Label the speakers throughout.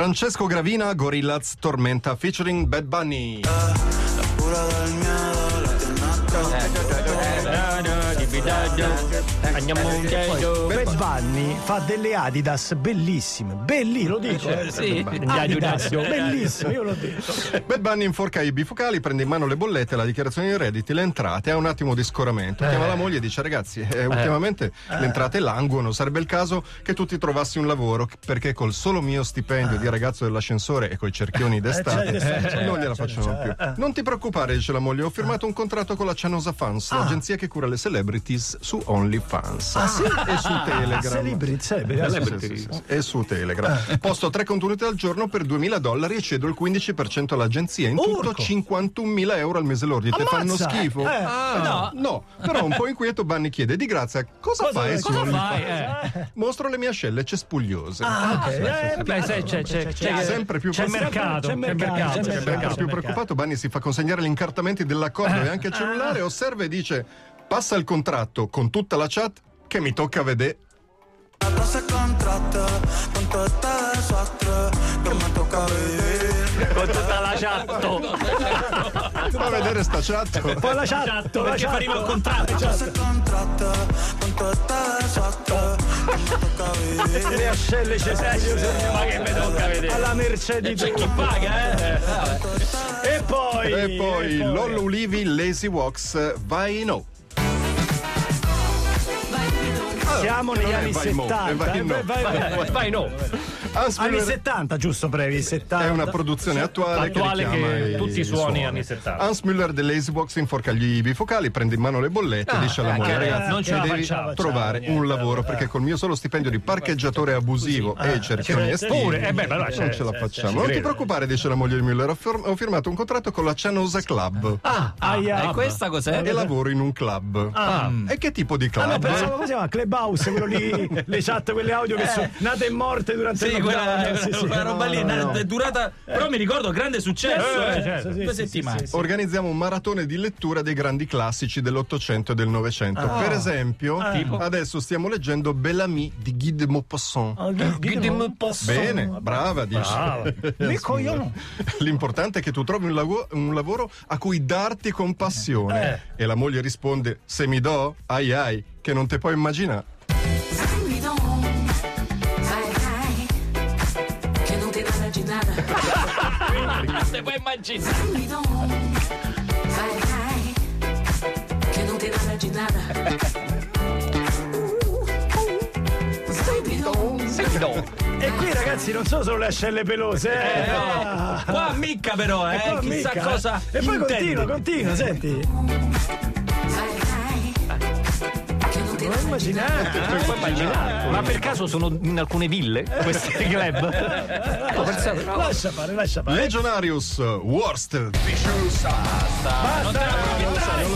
Speaker 1: Francesco Gravina, Gorillaz, Tormenta featuring Bad Bunny.
Speaker 2: Eh. Eh,
Speaker 3: Andiamo un caldo.
Speaker 2: Bad Bunny fa delle Adidas bellissime, bellissime, lo dice.
Speaker 3: Eh, certo. Sì, eh,
Speaker 2: Adidas,
Speaker 3: certo.
Speaker 2: bellissime, io l'ho detto.
Speaker 1: Bad Bunny inforca i bifocali, prende in mano le bollette, la dichiarazione dei redditi, le entrate, ha un attimo di scoramento. Chiama la moglie e dice ragazzi, eh, ultimamente le entrate languono, sarebbe il caso che tu ti trovassi un lavoro perché col solo mio stipendio di ragazzo dell'ascensore e coi cerchioni d'estate
Speaker 2: Eh, certo, certo,
Speaker 1: non gliela
Speaker 2: certo,
Speaker 1: facciamo
Speaker 2: certo,
Speaker 1: più.
Speaker 2: eh, eh.
Speaker 1: Non ti preoccupare, dice la moglie, ho firmato un contratto con la Cianosa Fans,
Speaker 2: Ah.
Speaker 1: l'agenzia che cura le celebrities su OnlyFans. Ah, sì? E su Telegram.
Speaker 2: Celebri, celebri.
Speaker 1: Eh, sì, sì, sì, sì. E su Telegram. Posto tre contenuti al giorno per 2000 dollari e cedo il 15% all'agenzia. In tutto
Speaker 2: Urco.
Speaker 1: 51.000 euro al mese lordi. Te
Speaker 2: Ammazza!
Speaker 1: fanno schifo? Ah,
Speaker 2: Eh,
Speaker 1: no. però un po' inquieto Banni chiede di grazia cosa,
Speaker 2: Cosa-
Speaker 1: fai?
Speaker 2: cosa
Speaker 1: signor
Speaker 3: fai,
Speaker 1: Lipazzi?" Mostro le mie ascelle cespugliose. Cioè,
Speaker 2: ok, eh,
Speaker 3: Beh, sai, c'è, c'è, c'è,
Speaker 1: sempre più
Speaker 3: c'è
Speaker 1: possibile.
Speaker 3: mercato, c'è
Speaker 2: C'è mercato,
Speaker 3: mercato, c'è
Speaker 2: c'è
Speaker 1: Sempre
Speaker 2: mercato.
Speaker 3: mercato.
Speaker 1: più preoccupato, Banni si fa consegnare gli incartamenti dell'accordo e anche il cellulare, osserva e dice passa il contratto con tutta la chat che mi tocca vedere.
Speaker 4: Pasa el contrato con todo este desastre que me toca vivir.
Speaker 3: Con tutta la chat.
Speaker 1: Fa vedere sta chat.
Speaker 2: Poi la chat,
Speaker 3: Esatto,
Speaker 2: la
Speaker 3: perché
Speaker 2: chat.
Speaker 3: faremo il contratto.
Speaker 4: Pasa el contrato con todo este desastre que me toca vivir.
Speaker 2: le ascelle
Speaker 3: Eh,
Speaker 2: cespugliose
Speaker 3: Ma che mi tocca vedere.
Speaker 2: alla Mercedes.
Speaker 3: C'è chi paga, eh?
Speaker 2: E poi
Speaker 1: E poi Lollo Ulivi, Lazy Walks, vai no.
Speaker 2: Siamo negli
Speaker 1: Ah, Non è
Speaker 2: anni
Speaker 1: vai mo, è
Speaker 2: 70.
Speaker 1: vai
Speaker 2: eh,
Speaker 1: no.
Speaker 2: beh, vai-
Speaker 3: Eh, Vai, no.
Speaker 1: Hans
Speaker 2: Anni
Speaker 1: Müller
Speaker 2: 70, giusto Previ? 70.
Speaker 1: è una produzione attuale,
Speaker 3: Attuale
Speaker 1: richiama
Speaker 3: che
Speaker 1: i
Speaker 3: tutti i suoni anni 70.
Speaker 1: Hans Müller dell'Acebox inforca gli bifocali, prende in mano le bollette e dice alla
Speaker 3: eh,
Speaker 1: moglie:
Speaker 3: che
Speaker 1: Ragazzi,
Speaker 3: non ce la
Speaker 1: devi
Speaker 3: facciamo, cioè, eh.
Speaker 1: trovare
Speaker 2: facciamo,
Speaker 1: un
Speaker 2: niente,
Speaker 1: lavoro
Speaker 2: allora,
Speaker 1: perché col mio solo stipendio di parcheggiatore abusivo e cerchioni
Speaker 2: c'è-
Speaker 1: estivi
Speaker 3: Ah, Pure, eh beh, ma allora c'è-
Speaker 1: non ce la
Speaker 3: c'è-
Speaker 1: facciamo.
Speaker 3: c'è-
Speaker 1: non ti
Speaker 3: credo.
Speaker 1: preoccupare, dice la moglie di Müller. Ho, firm- ho firmato un contratto con la Cianosa Club
Speaker 3: Ah,
Speaker 2: Aia.
Speaker 5: E questa cos'è?
Speaker 1: e lavoro in un club. E che tipo di
Speaker 2: Ah,
Speaker 5: Eh?
Speaker 1: club?
Speaker 2: no, pensavo come si chiama? Clubhouse, quello lì, le chat, quelle audio che sono nate e morte durante
Speaker 5: Eh. Sì,
Speaker 2: il
Speaker 5: quella,
Speaker 2: lockdown. Sì, sì.
Speaker 5: quella roba lì na- è durata. Però mi ricordo grande successo.
Speaker 3: Eh,
Speaker 5: eh.
Speaker 3: certo, sì,
Speaker 5: Due
Speaker 2: sì,
Speaker 5: settimane.
Speaker 2: sì, sì.
Speaker 1: Organizziamo un maratone di lettura dei grandi classici dell'Ottocento e del Novecento.
Speaker 2: Ah.
Speaker 1: Per esempio, adesso stiamo leggendo Bellamy di Guy de Maupassant.
Speaker 2: Ah, di- di-
Speaker 1: Bene, Eh, brava, dice.
Speaker 2: Mi coglione.
Speaker 1: L'importante è che tu trovi un, lago- un lavoro a cui darti con
Speaker 2: Eh.
Speaker 1: passione. E la moglie risponde: Se mi do, ai ai, che non te puoi immaginare.
Speaker 6: Ai, don, ai, ai, que não tem nada de nada.
Speaker 5: Se puoi immaginare.
Speaker 6: Ai, don, ai, ai, que não tem nada de nada. Ai, don,
Speaker 2: E qui ragazzi non sono solo le ascelle pelose, eh.
Speaker 5: Eh,
Speaker 2: Ah.
Speaker 5: no. Qua mica però, eh.
Speaker 2: E poi
Speaker 5: Chissà
Speaker 2: mica,
Speaker 5: cosa.
Speaker 2: eh. E poi
Speaker 5: intende.
Speaker 2: continua, continua, senti.
Speaker 6: ai, ai, que não tem nada de nada.
Speaker 2: Immaginate.
Speaker 3: puoi immaginare. Ma per caso sono in alcune ville questi club?
Speaker 2: Lascia fare, lascia fare.
Speaker 1: Legionarius Worst Vicious.
Speaker 2: Non lo sa, non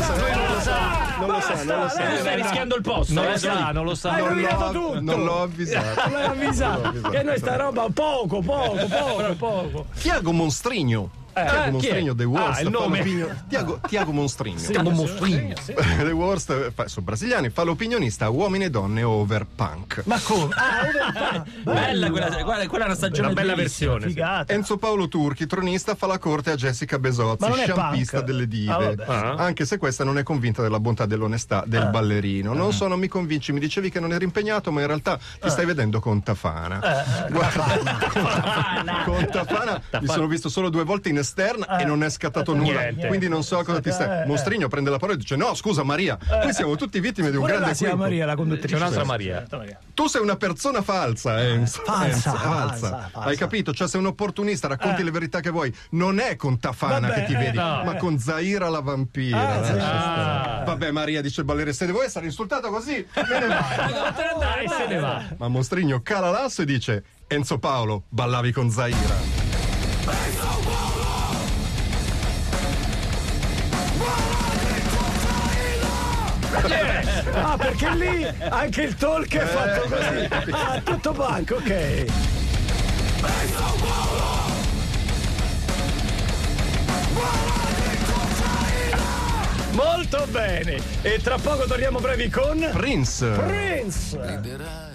Speaker 2: lo sa.
Speaker 5: Tu stai rischiando il posto.
Speaker 3: Eh, Non
Speaker 5: eh,
Speaker 3: lo sa,
Speaker 5: Gianni.
Speaker 3: non lo sa.
Speaker 2: Hai
Speaker 1: Non
Speaker 2: rovinato
Speaker 1: l'ho-
Speaker 2: tutto.
Speaker 1: Non l'ho avvisato.
Speaker 2: L'hai avvisato che noi sta roba poco, poco, poco, poco.
Speaker 1: Tiago Monstrigno. Tiago
Speaker 3: Eh, chi
Speaker 1: Monstrigno,
Speaker 3: è?
Speaker 1: The Worst.
Speaker 3: Ah, il
Speaker 1: fa
Speaker 3: nome.
Speaker 1: l'opinio- Tiago, Tiago Monstrigno.
Speaker 2: mostrigno.
Speaker 1: The Worst eh, fa- sono brasiliani, fa l'opinionista a uomini e donne over punk.
Speaker 2: Ma come? Ah, è
Speaker 5: Bella quella, guarda, quella è una stagione.
Speaker 3: Una bella
Speaker 5: bellissima.
Speaker 3: versione. sì.
Speaker 2: figata.
Speaker 1: Enzo Paolo Turchi, tronista, fa la corte a Jessica
Speaker 2: Ma
Speaker 1: Besozzi,
Speaker 2: non è
Speaker 1: sciampista
Speaker 2: punk?
Speaker 1: delle
Speaker 2: Ah,
Speaker 1: dive.
Speaker 2: vabbè. Ah.
Speaker 3: Ah.
Speaker 1: Anche se questa non è convinta della bontà dell'onestà del ballerino. Non so, non mi convinci, mi dicevi che non eri impegnato, ma in realtà
Speaker 2: Ah.
Speaker 1: ti stai vedendo con
Speaker 2: Eh,
Speaker 1: Tafana. Guarda, con Tafana mi sono visto solo due volte in esterna
Speaker 2: Eh.
Speaker 1: e non è scattato nulla.
Speaker 3: Niente.
Speaker 1: Quindi non so a cosa ti stai. Mostrigno prende la parola e dice: No, scusa Maria, qui siamo tutti vittime di un
Speaker 2: Ora
Speaker 1: grande
Speaker 2: Eh. la sia
Speaker 1: equivoco.
Speaker 2: Maria la conduttrice.
Speaker 3: C'è un'altra Maria.
Speaker 1: Tu sei una persona falsa, Enzo.
Speaker 2: Eh, falsa,
Speaker 1: Enzo,
Speaker 2: falsa, falsa. Eh.
Speaker 1: Hai capito? Cioè, sei un opportunista, racconti le verità che vuoi. Non è con Tafana
Speaker 2: Vabbè,
Speaker 1: che ti
Speaker 2: eh,
Speaker 1: vedi,
Speaker 3: no,
Speaker 1: ma
Speaker 3: eh.
Speaker 1: con Zaira la vampira.
Speaker 2: Ah, sì,
Speaker 1: Lascia
Speaker 2: sì,
Speaker 1: stare. Vabbè, Maria, dice il ballerino, se devo essere insultato così, me ne vado.
Speaker 3: E se ne va.
Speaker 1: ma Mostrigno cala l'asso e dice: Enzo Paolo, ballavi con Zaira.
Speaker 2: Ah, perché lì anche il talk è fatto così. Ah, tutto banco, ok. Molto bene. E tra poco torniamo brevi con
Speaker 1: Prince.
Speaker 2: Prince.
Speaker 4: Liberar